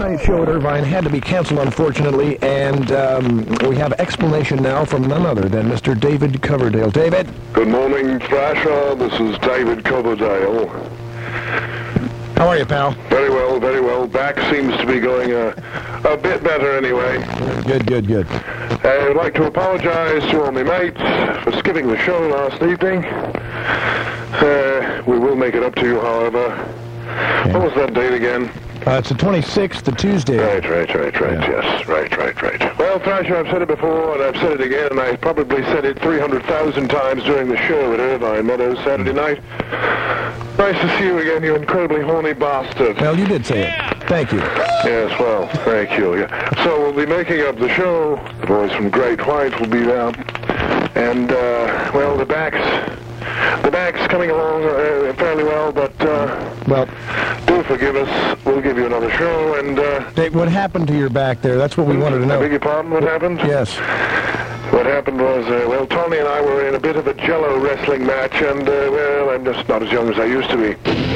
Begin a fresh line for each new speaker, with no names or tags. Night show at Irvine had to be canceled, unfortunately, and um, we have explanation now from none other than Mr. David Coverdale. David?
Good morning, Thrasher. This is David Coverdale.
How are you, pal?
Very well, very well. Back seems to be going a, a bit better anyway.
Good, good, good.
I would like to apologize to all my mates for skipping the show last evening. Uh, we will make it up to you, however. What was that date again?
Uh, it's the 26th, the Tuesday.
Right, right, right, right, yes. Right, right, right. Well, Thrasher, I've said it before, and I've said it again, and I probably said it 300,000 times during the show at Irvine Meadows Saturday
Mm.
night. Nice to see you again, you incredibly horny bastard.
Well, you did say it. Thank you.
Yes, well, thank you. Yeah. So we'll be making up the show. The boys from Great White will be there. And, uh, well, the back's, the back's coming along uh, fairly well, but uh,
Well,
do forgive us. We'll give you another show, and... Uh,
Dave, what happened to your back there? That's what we wanted to
I beg
know.
your pardon, what happened?
Yes.
What happened was, uh, well, Tony and I were in a bit of a jello wrestling match, and, uh, well, I'm just not as young as I used to be.